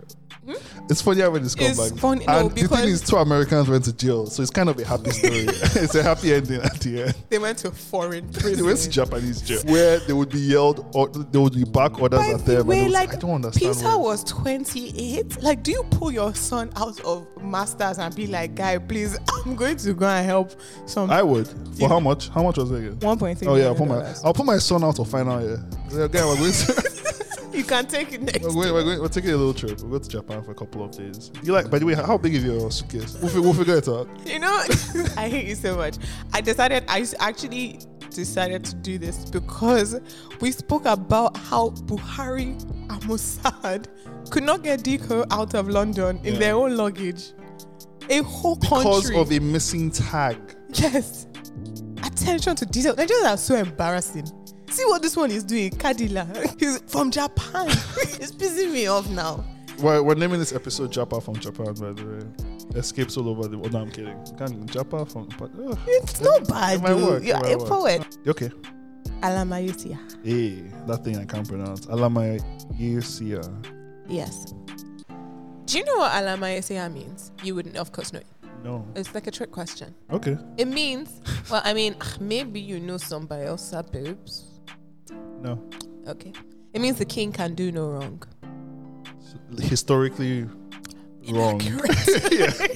Speaker 2: it's funny how the scumbags.
Speaker 1: Hmm? funny- no,
Speaker 2: and the
Speaker 1: because-
Speaker 2: thing is, two Americans went to jail, so it's kind of a happy story. it's a happy ending at the end.
Speaker 1: they went to foreign prison.
Speaker 2: They went to Japanese jail where they would be yelled or they would be back orders
Speaker 1: By
Speaker 2: at
Speaker 1: the
Speaker 2: them.
Speaker 1: way,
Speaker 2: and it was,
Speaker 1: like,
Speaker 2: I don't understand.
Speaker 1: Peter
Speaker 2: why-
Speaker 1: was 28. Like, do you pull your son out of masters and be like, guy, please, I'm going to go and help some
Speaker 2: I would. For how much? How much was it again?
Speaker 1: 1.3
Speaker 2: Oh yeah, I'll
Speaker 1: million
Speaker 2: put my
Speaker 1: dollars.
Speaker 2: I'll put my son out of final year. Yeah, guy, we're going to oh.
Speaker 1: You can take it next.
Speaker 2: we're, going, we're, going, we're taking a little trip. We'll go to Japan for a couple of days. You like? By the way, how big is your suitcase? We'll, fi- we'll figure it out.
Speaker 1: You know, I hate you so much. I decided, I s- actually decided to do this because we spoke about how Buhari and Mossad could not get Diko out of London in
Speaker 2: Yeah.
Speaker 1: their own luggage. A whole
Speaker 2: Because
Speaker 1: country.
Speaker 2: of a missing tag.
Speaker 1: yes. Attention to detail. Nigerians are so embarrassing. See what this one is doing, Kadila. He's from Japan. it's pissing me off now.
Speaker 2: We're, we're naming this episode Japa from Japan, by the way. Escapes all over the world. No, I'm kidding. Can Japa from. But, ugh.
Speaker 1: It's not bad.
Speaker 2: It might
Speaker 1: though.
Speaker 2: work, it
Speaker 1: You're
Speaker 2: might
Speaker 1: a
Speaker 2: work.
Speaker 1: poet.
Speaker 2: Okay.
Speaker 1: Alamayutia.
Speaker 2: Hey, that thing I can't pronounce. Alama Yesia.
Speaker 1: Yes. Do you know what Alama Yesaya means? You wouldn't, of course, know.
Speaker 2: No.
Speaker 1: It's like a trick question.
Speaker 2: Okay.
Speaker 1: It means, well, I mean, ah, maybe you know some Bielsa boobs.
Speaker 2: No.
Speaker 1: Okay. It means the king can do no wrong.
Speaker 2: Historically wrong. yeah.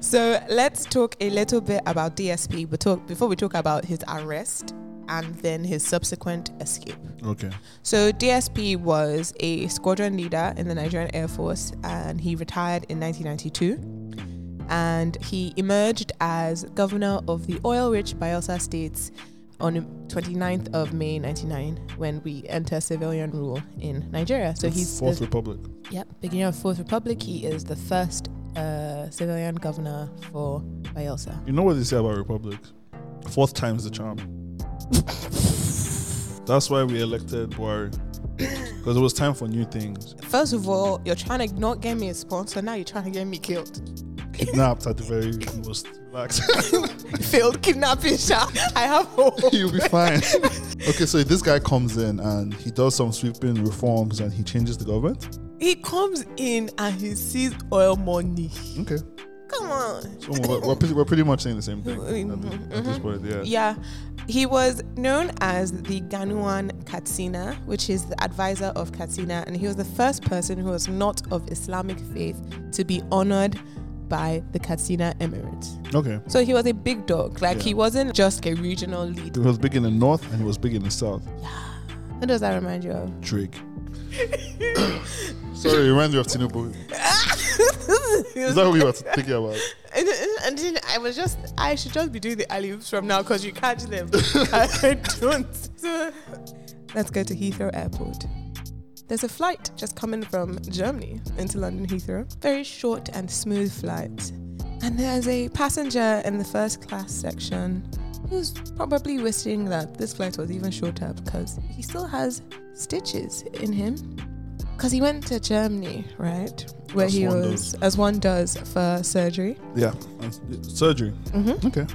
Speaker 1: So let's talk a little bit about DSP but talk, before we talk about his arrest and then his subsequent escape.
Speaker 2: Okay.
Speaker 1: So DSP was a squadron leader in the Nigerian Air Force and he retired in 1992 and he emerged as governor of the oil-rich Bielsa states on 29th of May 1999 when we enter civilian rule in Nigeria. So he's the-
Speaker 2: Fourth Republic.
Speaker 1: Yep, beginning of Fourth Republic, he is the first uh, civilian governor for Bielsa.
Speaker 2: You know what they say about republics? Fourth time's the charm. That's why we elected Buhari. Because it was time for new things.
Speaker 1: First of all, you're trying to not get me a sponsor, now you're trying to get me killed.
Speaker 2: Kidnapped at the very most relaxed.
Speaker 1: Failed kidnapping, Sha. I have hope.
Speaker 2: You'll be fine. okay, so this guy comes in and he does some sweeping reforms and he changes the government.
Speaker 1: He comes in and he sees oil money.
Speaker 2: Okay.
Speaker 1: Come on.
Speaker 2: So we're, we're, pretty, we're pretty much saying the same thing at this, at this point, yeah.
Speaker 1: Yeah, he was known as the Ganuan Katsina, which is the advisor of Katsina, and he was the first person who was not of Islamic faith to be honored by the Katsina Emirate.
Speaker 2: Okay.
Speaker 1: So he was a big dog. Like he
Speaker 2: Yeah.
Speaker 1: wasn't just a regional lead.
Speaker 2: It was big in the north and it was big in the south.
Speaker 1: Who does that remind you of?
Speaker 2: Drake. Sorry, it reminds me of Tinubu. Is that what you were thinking about?
Speaker 1: And, and- and then I was just, I should just be doing the alley oops from now because you catch them. I don't. So, let's go to Heathrow Airport. There's a flight just coming from Germany into London Heathrow. Very short and smooth flight. And there's a passenger in the first class section who's probably wishing that this flight was even shorter because he still has stitches in him. Because he went to Germany, right? Where
Speaker 2: As
Speaker 1: he
Speaker 2: one
Speaker 1: was, as one does, for surgery.
Speaker 2: Yeah. And Surgery.
Speaker 1: Mm-hmm.
Speaker 2: Okay.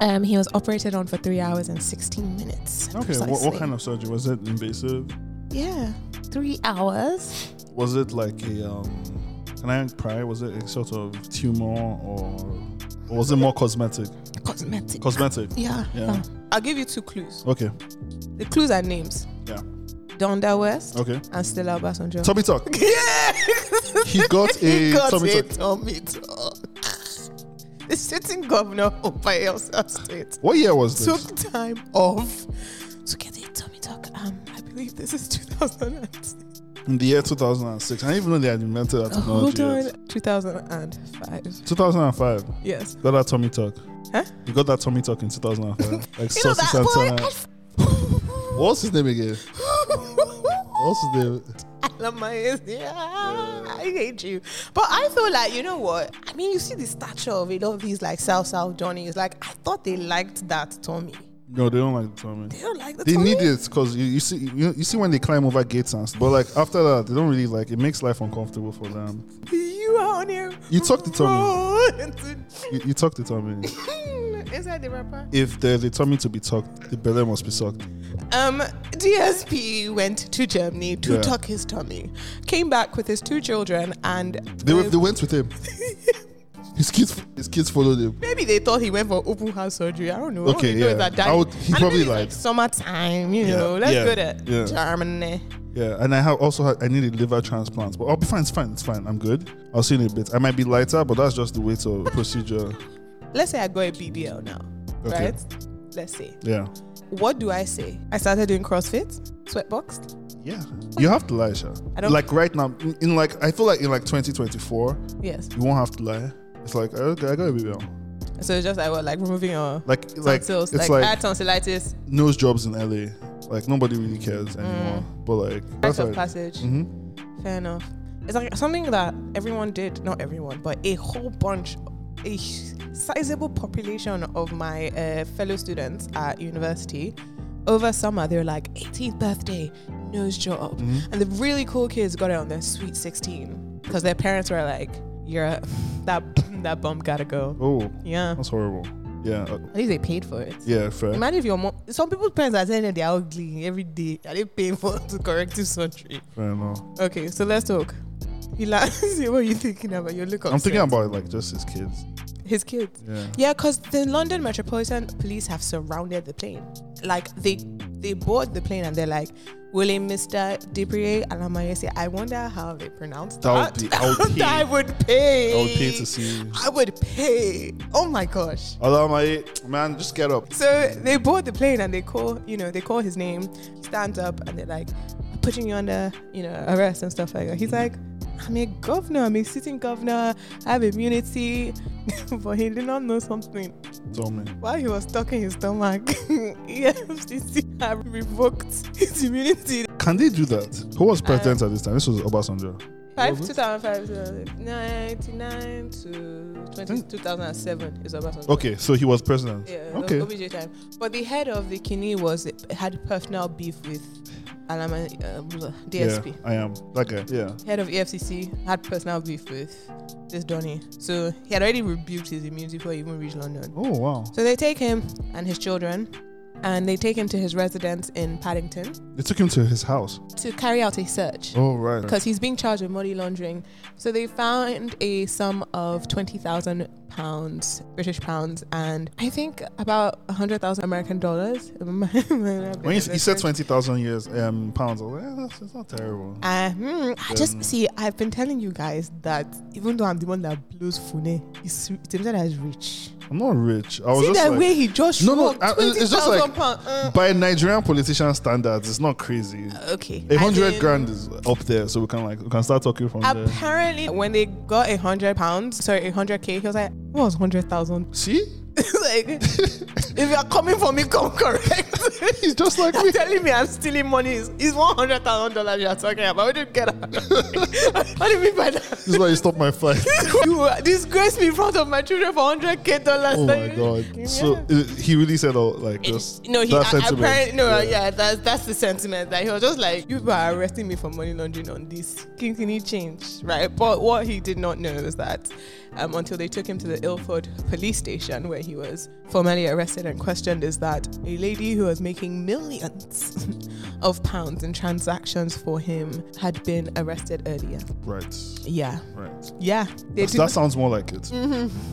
Speaker 1: Um, he was operated on for three hours and 16 minutes.
Speaker 2: Okay. What, what kind of surgery? Was it invasive?
Speaker 1: Yeah, three hours.
Speaker 2: Was it like a, um, can I pry? Was it a sort of tumor or, or was it more cosmetic?
Speaker 1: Cosmetic.
Speaker 2: Cosmetic.
Speaker 1: yeah.
Speaker 2: Yeah.
Speaker 1: I'll give you two clues.
Speaker 2: Okay.
Speaker 1: The clues are names.
Speaker 2: Yeah.
Speaker 1: Donda West
Speaker 2: Okay.
Speaker 1: and Stella Obasanjo.
Speaker 2: Tommy Talk.
Speaker 1: yeah!
Speaker 2: He got a
Speaker 1: he got
Speaker 2: Tommy
Speaker 1: it,
Speaker 2: Talk.
Speaker 1: Tommy Talk. the sitting governor of Bayelsa State
Speaker 2: What year was this?
Speaker 1: took time off to get a Tommy Talk. Um, I believe this is 2006.
Speaker 2: In the year 2006. I didn't even know they had invented that
Speaker 1: Oh, Hold
Speaker 2: technology. yet.
Speaker 1: on. 2005.
Speaker 2: 2005.
Speaker 1: Yes.
Speaker 2: Got that Tommy Talk.
Speaker 1: Huh?
Speaker 2: You got that Tommy Talk in 2005. like
Speaker 1: You know
Speaker 2: Saucy
Speaker 1: that boy.
Speaker 2: Santana. What's his name again? What's his name?
Speaker 1: Alamaye, yeah, I hate you. But I feel like you know what? I mean, you see the stature of it, all these like South South Johnnies. Like I thought they liked that Tommy.
Speaker 2: No, they don't like the Tommy.
Speaker 1: They don't like the
Speaker 2: They
Speaker 1: Tommy.
Speaker 2: need it because you, you see you, you see when they climb over gates and stuff. But like after that, they don't really like it. Makes life uncomfortable for them.
Speaker 1: You are on here.
Speaker 2: You talk to Tommy.
Speaker 1: Tommy.
Speaker 2: You, you talk to Tommy.
Speaker 1: Is that the rapper?
Speaker 2: If there's a Tommy to be talked, the belly must be sucked.
Speaker 1: Um, DSP went to Germany to
Speaker 2: Yeah.
Speaker 1: tuck his tummy, came back with his two children, and
Speaker 2: They, were- they went with him. His kids his kids followed him.
Speaker 1: Maybe they thought he went for open heart surgery. I don't know.
Speaker 2: Okay,
Speaker 1: All we know
Speaker 2: yeah.
Speaker 1: is that died.
Speaker 2: I would- he
Speaker 1: And
Speaker 2: probably
Speaker 1: maybe it's
Speaker 2: lied.
Speaker 1: Like summertime, you
Speaker 2: Yeah,
Speaker 1: know. Let's
Speaker 2: yeah,
Speaker 1: go to
Speaker 2: yeah.
Speaker 1: Germany.
Speaker 2: Yeah, and I have also had, I needed liver transplants, but I'll be fine. It's fine. It's fine. I'm good. I'll see you in a bit. I might be lighter, but that's just the way to procedure.
Speaker 1: Let's say I got a BBL now,
Speaker 2: Okay.
Speaker 1: right? Let's say.
Speaker 2: Yeah,
Speaker 1: What do I say? I started doing CrossFit, sweatbox.
Speaker 2: yeah. You have to lie, Sha.
Speaker 1: I don't-
Speaker 2: Like right now, in, in like I feel like in like 2024,
Speaker 1: Yes.
Speaker 2: you won't have to lie. It's like "Oh, okay, I got a BBL.
Speaker 1: So it's just like what, like removing your
Speaker 2: Like like
Speaker 1: tonsils,
Speaker 2: it's
Speaker 1: like,
Speaker 2: like,
Speaker 1: I had tonsillitis,
Speaker 2: nose jobs in LA. Like nobody really cares
Speaker 1: Mm.
Speaker 2: anymore. But like
Speaker 1: rites
Speaker 2: that's
Speaker 1: of
Speaker 2: like,
Speaker 1: passage.
Speaker 2: Mhm.
Speaker 1: Fair enough. It's like something that everyone did, not everyone, but a whole bunch, a h- sizable population of my uh, fellow students at university over summer. They were like 18th birthday, nose job,
Speaker 2: mm-hmm.
Speaker 1: and the really cool kids got it on their sweet 16 because their parents were like, "You're a- that that bump gotta go."
Speaker 2: Oh,
Speaker 1: Yeah,
Speaker 2: that's horrible. Yeah, uh,
Speaker 1: at least they paid for it.
Speaker 2: yeah, fair.
Speaker 1: Imagine if your mom. Some people's parents are saying that they're ugly every day. Are they paying for to corrective surgery?
Speaker 2: fair enough.
Speaker 1: Okay, so let's talk. You like, what are you thinking about? You look upset.
Speaker 2: I'm thinking about like just his kids.
Speaker 1: his kids.
Speaker 2: Yeah.
Speaker 1: Yeah, because the London Metropolitan Police have surrounded the plane. Like they they board the plane and they're like, "Willie, Mister Debrie Alamayesi." I wonder how they pronounce
Speaker 2: That
Speaker 1: that.
Speaker 2: would be- I would pay.
Speaker 1: I would pay.
Speaker 2: I would pay to see you.
Speaker 1: I would pay. Oh my gosh.
Speaker 2: Although my man, just get up.
Speaker 1: So they board the plane and they call, you know, they call his name, stands up and they're like, putting you under, you know, arrest and stuff like that. He's like, I'm a governor, I'm a sitting governor, I have immunity. but he did not know something.
Speaker 2: Tell me.
Speaker 1: While he was talking his stomach, EFCC have revoked his immunity.
Speaker 2: Can they do that? Who was president at this time? This was Obasanjo.
Speaker 1: Five,
Speaker 2: Was it?
Speaker 1: 2005, 99 to 20, 2007 is Obasanjo.
Speaker 2: Okay, so he was president.
Speaker 1: Yeah, okay.
Speaker 2: Okay.
Speaker 1: OBJ time. But the head of the Kini was had personal beef with Alama uh, blah, DSP.
Speaker 2: Yeah, I am that guy. Yeah.
Speaker 1: Head of E EFCC had personal beef with this Donny. So he had already rebuked his immunity before he even reached London.
Speaker 2: Oh wow.
Speaker 1: So they take him and his children and they take him to his residence in Paddington
Speaker 2: They took him to his house.
Speaker 1: to carry out a search
Speaker 2: Oh right.
Speaker 1: because he's being charged with money laundering. So they found a sum of twenty thousand pounds, British pounds, and I think about hundred thousand American dollars.
Speaker 2: When he, he said twenty thousand years um pounds, I was like, eh, that's, that's not terrible.
Speaker 1: Uh, hmm, I
Speaker 2: Um,
Speaker 1: just see. I've been telling you guys that even though I'm the one that blows Fune, it's it's himself that is rich.
Speaker 2: I'm not rich. I was
Speaker 1: see
Speaker 2: just
Speaker 1: that
Speaker 2: like,
Speaker 1: way he just
Speaker 2: No, no,
Speaker 1: shrugged,
Speaker 2: I-
Speaker 1: twenty
Speaker 2: it's just
Speaker 1: thousand
Speaker 2: like-
Speaker 1: pounds. Uh,
Speaker 2: by Nigerian politician standards, it's not crazy.
Speaker 1: okay,
Speaker 2: A
Speaker 1: I
Speaker 2: hundred
Speaker 1: mean,
Speaker 2: grand is up there, so we can like we can start talking from there.
Speaker 1: Apparently, when they got a hundred pounds, sorry, a hundred k, he was like, "What was hundred thousand
Speaker 2: See,
Speaker 1: like, if you are coming for me, come correct.
Speaker 2: he's just like me.
Speaker 1: You're telling me I'm stealing money. It's, it's one hundred thousand dollars you're talking about. We didn't get that. what do you mean by
Speaker 2: This is
Speaker 1: that?
Speaker 2: why you stopped my flight.
Speaker 1: you disgrace me in front of my children for hundred k dollars.
Speaker 2: Oh my god! So uh, he really said, "Oh, like just
Speaker 1: no, he
Speaker 2: that
Speaker 1: I-
Speaker 2: sentiment.
Speaker 1: apparently no, uh, yeah, that's that's the sentiment that he was just like you people are arresting me for money laundering on this kinkini change, right? But what he did not know was that um, until they took him to the Ilford police station where he was formally arrested and questioned, is that a lady who was making millions of pounds in transactions for him had been arrested earlier.
Speaker 2: Right,
Speaker 1: Yeah,
Speaker 2: right.
Speaker 1: yeah, they
Speaker 2: That's-
Speaker 1: do Mm.
Speaker 2: that sounds more like it.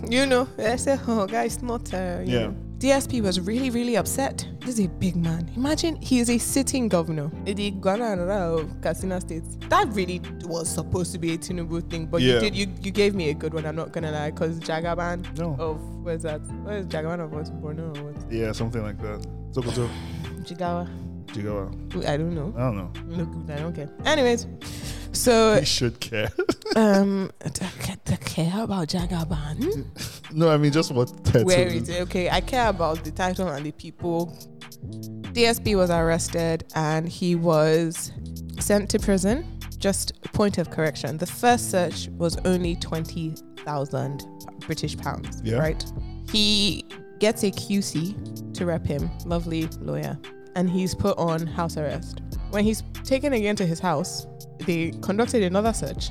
Speaker 1: you know, I said, oh, guys, not. Uh, you
Speaker 2: Yeah.
Speaker 1: know." DSP was really, really upset. This is a big man. Imagine he is a sitting governor in the Guanara of Katsina State. That really was supposed to be a Tinubu thing, but
Speaker 2: Yeah.
Speaker 1: you did you, you gave me a good one. I'm not gonna lie, because Jagaban
Speaker 2: No.
Speaker 1: of where's that? Where's Jagaban of what? Borno or what?
Speaker 2: Yeah, something like that. Sokoto,
Speaker 1: Jigawa?
Speaker 2: Jigawa.
Speaker 1: I don't know.
Speaker 2: I don't know.
Speaker 1: Look, I don't care. Anyways, so
Speaker 2: He should care.
Speaker 1: um, care about Jagaban.
Speaker 2: no, I mean just what title.
Speaker 1: Where is it? Okay, I care about the title and the people. DSP was arrested and he was sent to prison. Just a point of correction. The first search was only 20,000 British pounds,
Speaker 2: Yeah.
Speaker 1: right? He gets a QC to rep him, lovely lawyer, and he's put on house arrest. When he's taken again to his house, they conducted another search,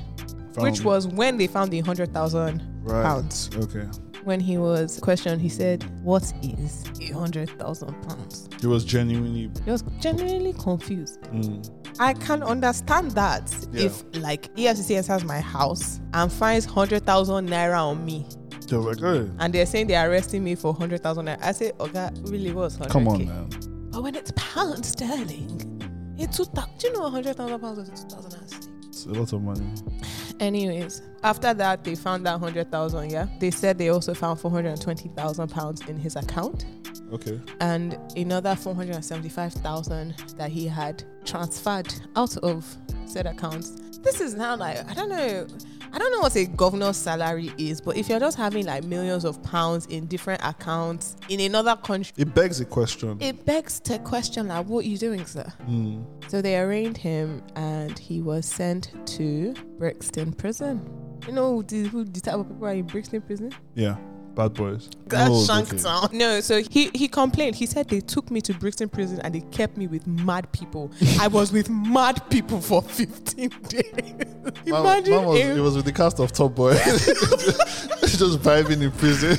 Speaker 2: Found
Speaker 1: which
Speaker 2: it.
Speaker 1: was when they found the 100,000
Speaker 2: right.
Speaker 1: pounds
Speaker 2: Okay,
Speaker 1: when he was questioned, he said, What is a hundred thousand pounds?
Speaker 2: he was genuinely.
Speaker 1: He was genuinely confused.
Speaker 2: Mm.
Speaker 1: I can understand that
Speaker 2: Yeah.
Speaker 1: if like E EFCC has my house and finds hundred thousand naira on me
Speaker 2: They were like, "Hey,
Speaker 1: and they're saying they're arresting me for hundred thousand naira. I say, Oh that really was hundred.
Speaker 2: come on, man."
Speaker 1: But when it's pound sterling, it's two thousand do you know hundred thousand pounds was two thousand and six?
Speaker 2: It's a lot of money.
Speaker 1: Anyways, after that, they found that 100,000, yeah. They said they also found 420,000 pounds in his account.
Speaker 2: Okay.
Speaker 1: and another 475,000 that he had transferred out of said accounts. This is now like I don't know I don't know what a governor's salary is, but if you're just having like millions of pounds in different accounts in another country,
Speaker 2: It begs a question.
Speaker 1: it begs to question like what you doing, sir?
Speaker 2: Mm.
Speaker 1: So they arraigned him and he was sent to Brixton prison. You know who the, who the type of people are in Brixton prison?
Speaker 2: Yeah, bad boys.
Speaker 1: Got
Speaker 2: Oh,
Speaker 1: shanked
Speaker 2: okay.
Speaker 1: out. No, so he, he complained. He said they took me to Brixton prison and they kept me with mad people. I was with mad people for 15 days.
Speaker 2: Mom-
Speaker 1: Imagine
Speaker 2: mom was,
Speaker 1: if-
Speaker 2: it was with the cast of Top Boy. just vibing in prison.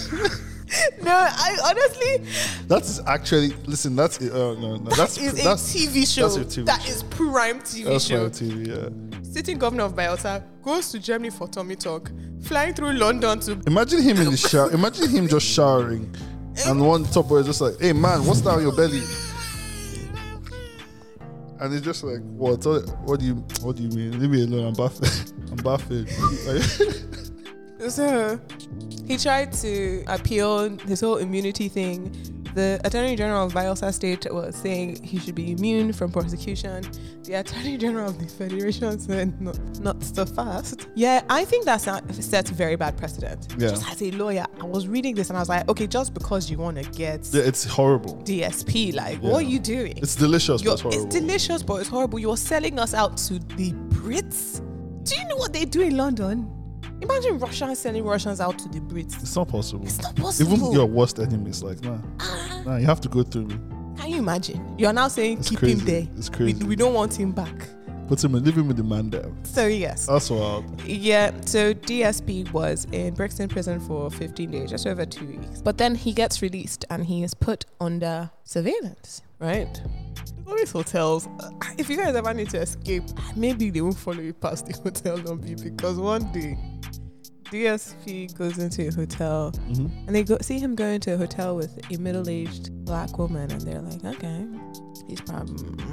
Speaker 1: No, I honestly,
Speaker 2: That's actually listen. That's uh, no, no. That's
Speaker 1: that's, is
Speaker 2: that's
Speaker 1: a TV show.
Speaker 2: that's a TV
Speaker 1: That
Speaker 2: show.
Speaker 1: is prime TV
Speaker 2: that's
Speaker 1: show.
Speaker 2: my TV. Yeah.
Speaker 1: Sitting governor of Bielsa goes to Germany for tummy talk. flying through London to
Speaker 2: Imagine him in the shower. Imagine him just showering, and one top boy is just like, "Hey man, what's that on your belly?" And he's just like, "What? What do you? What do you mean? Leave me alone. I'm bathing. I'm bathing." Like,
Speaker 1: So he tried to appeal his whole immunity thing. The Attorney General of Bielsa State was saying he should be immune from prosecution. The Attorney General of the Federation said not, not so fast. Yeah, I think that sa- sets very bad precedent.
Speaker 2: Yeah.
Speaker 1: Just as a lawyer, I was reading this and I was like, okay, just because you want to get
Speaker 2: yeah, it's horrible.
Speaker 1: DSP, like, what are
Speaker 2: Yeah.
Speaker 1: you doing?
Speaker 2: It's delicious,
Speaker 1: You're-
Speaker 2: but it's horrible.
Speaker 1: delicious, but it's horrible. You're selling us out to the Brits. Do you know what they do in London? Imagine Russians selling Russians out to the Brits.
Speaker 2: It's not possible.
Speaker 1: It's not
Speaker 2: Even
Speaker 1: possible.
Speaker 2: your worst enemy is like, nah, nah, you have to go through me.
Speaker 1: Can you imagine? You are now saying
Speaker 2: It's
Speaker 1: keep
Speaker 2: crazy.
Speaker 1: him there.
Speaker 2: It's
Speaker 1: We,
Speaker 2: crazy.
Speaker 1: we don't want him back.
Speaker 2: Put him in, leave him with the man there.
Speaker 1: So yes,
Speaker 2: That's wild.
Speaker 1: yeah. So DSP was in Brixton prison for 15 days, just over two weeks. But then he gets released and he is put under surveillance. Right. All these hotels. uh, If you guys ever need to escape, maybe they won't follow you past the hotel lobby because one day DSP goes into a hotel
Speaker 2: hmm
Speaker 1: and they go see him go into a hotel with a middle-aged black woman, and they're like, "Okay, he's probably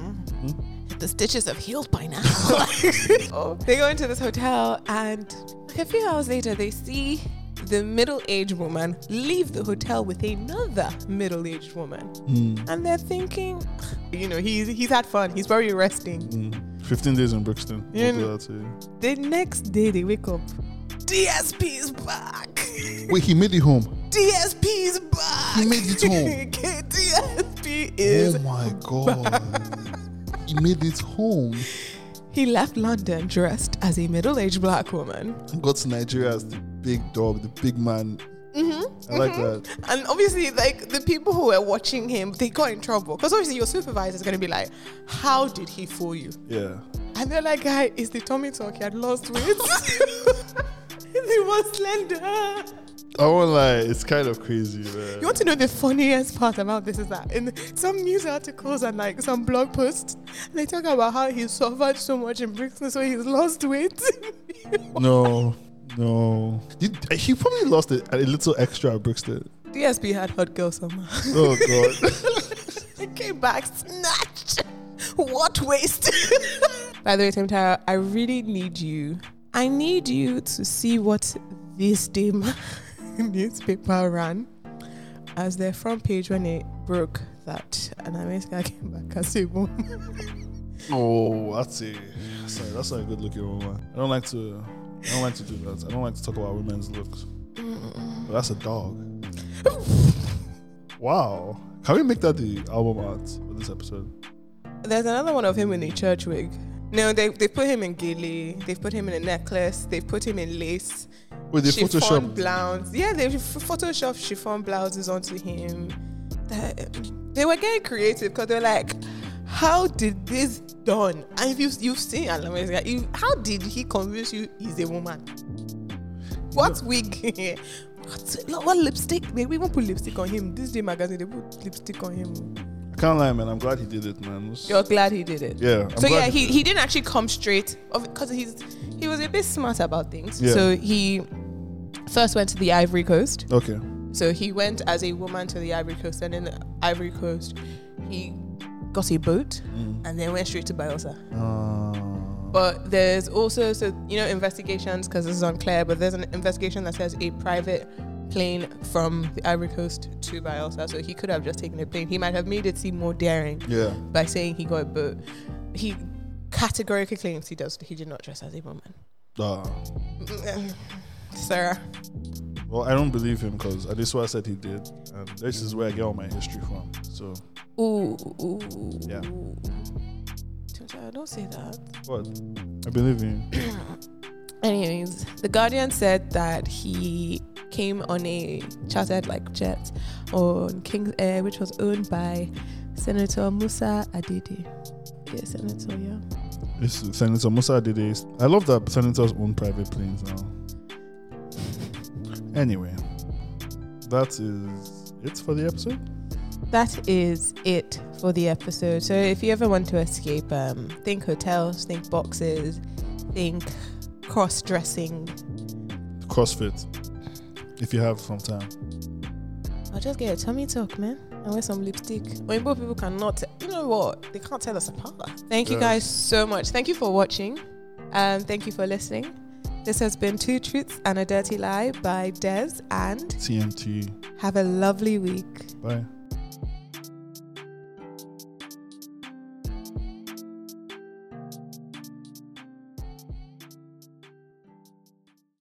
Speaker 1: the stitches have healed by now." Oh. They go into this hotel, and like a few hours later, they see the middle-aged woman leave the hotel with another middle-aged woman,
Speaker 2: Mm-hmm.
Speaker 1: and they're thinking, you know, he's he's had fun. He's probably resting.
Speaker 2: 15 days in Brixton.
Speaker 1: Mm-hmm. Yeah,
Speaker 2: We'll do
Speaker 1: no.
Speaker 2: that to you.
Speaker 1: The next day, they wake up. DSP is back.
Speaker 2: Wait, he made it home.
Speaker 1: DSP is back.
Speaker 2: He made it home.
Speaker 1: DSP is.
Speaker 2: oh my god. he made it home.
Speaker 1: He left London dressed as a middle-aged black woman.
Speaker 2: Got to Nigeria as the big dog, the big man.
Speaker 1: Mm-hmm.
Speaker 2: I like that.
Speaker 1: And obviously, like the people who were watching him, they got in trouble because obviously your supervisor is going to be like, "How did he fool you?"
Speaker 2: Yeah.
Speaker 1: And they're like, "Guy, it's the tummy talk. He had lost weight. he was slender."
Speaker 2: I won't lie, it's kind of crazy, man.
Speaker 1: You want to know the funniest part about this is that in some news articles and like some blog posts, they talk about how he suffered so much in Brixton, so he's lost weight.
Speaker 2: No, no. Did, he probably lost it a little extra at Brixton.
Speaker 1: DSP had hot girl summer.
Speaker 2: Oh god.
Speaker 1: He came back snatched. What waste? By the way, Tim Tara, I really need you. I need you to see what this damn newspaper ran as their front page when it broke that and I guy came back as a woman.
Speaker 2: oh, that's a that's not, that's not a good looking woman. I don't like to. I don't like to do that. I don't like to talk about women's looks. But that's a dog. Wow. Can we make that the album art for this episode?
Speaker 1: There's another one of him in a church wig. No, they they put him in gilly. They've put him in a necklace. They've put him in lace.
Speaker 2: With the
Speaker 1: chiffon
Speaker 2: Photoshop.
Speaker 1: blouses. Yeah, they photoshopped chiffon blouses onto him. The- They were getting creative because they're like, how did this done? And if you you've seen Alamezia, you, how did he convince you he's a woman? What wig? what, what lipstick? They even put lipstick on him. This day magazine they put lipstick on him.
Speaker 2: I can't lie, man. I'm glad he did it, man. It was-
Speaker 1: You're glad he did it.
Speaker 2: yeah. I'm
Speaker 1: so
Speaker 2: glad
Speaker 1: yeah, he, he didn't actually come straight because he's he was a bit smart about things.
Speaker 2: Yeah.
Speaker 1: So he first went to the Ivory Coast.
Speaker 2: Okay.
Speaker 1: So he went as a woman to the Ivory Coast, and in the Ivory Coast, he got a boat and then went straight to Bielsa.
Speaker 2: Mm. Uh,
Speaker 1: But there's also so you know investigations because this is unclear, but there's an investigation that says a private plane from the Ivory Coast to Bielsa. So he could have just taken a plane. He might have made it seem more daring
Speaker 2: yeah.
Speaker 1: by saying he got a boat. He categorically claims he does. He did not dress as a woman.
Speaker 2: Uh,
Speaker 1: Sarah,
Speaker 2: well, I don't believe him because this is what I said he did, and this is where I get all my history from. So
Speaker 1: ooh, ooh,
Speaker 2: Yeah.
Speaker 1: Tunja, uh, don't say that.
Speaker 2: what? I believe in. him.
Speaker 1: Anyways, The Guardian said that he came on a chartered like jet on King's Air, which was owned by Senator Musa Adidi. Yeah, Senator, yeah.
Speaker 2: This is Senator Musa did this. I love that senators own private planes now. Anyway, that is it for the episode.
Speaker 1: That is it for the episode. So if you ever want to escape, um, think hotels, think boxes, think cross dressing,
Speaker 2: CrossFit if you have some time.
Speaker 1: I'll just get a tummy tuck, man. And wear some lipstick. Oyibo people cannot, te- you know what? They can't tell us apart. Thank you
Speaker 2: Yeah.
Speaker 1: guys so much. Thank you for watching. Um, thank you for listening. This has been Two Truths and a Dirty Lie by Des, and
Speaker 2: TMT.
Speaker 1: have a lovely week.
Speaker 2: Bye.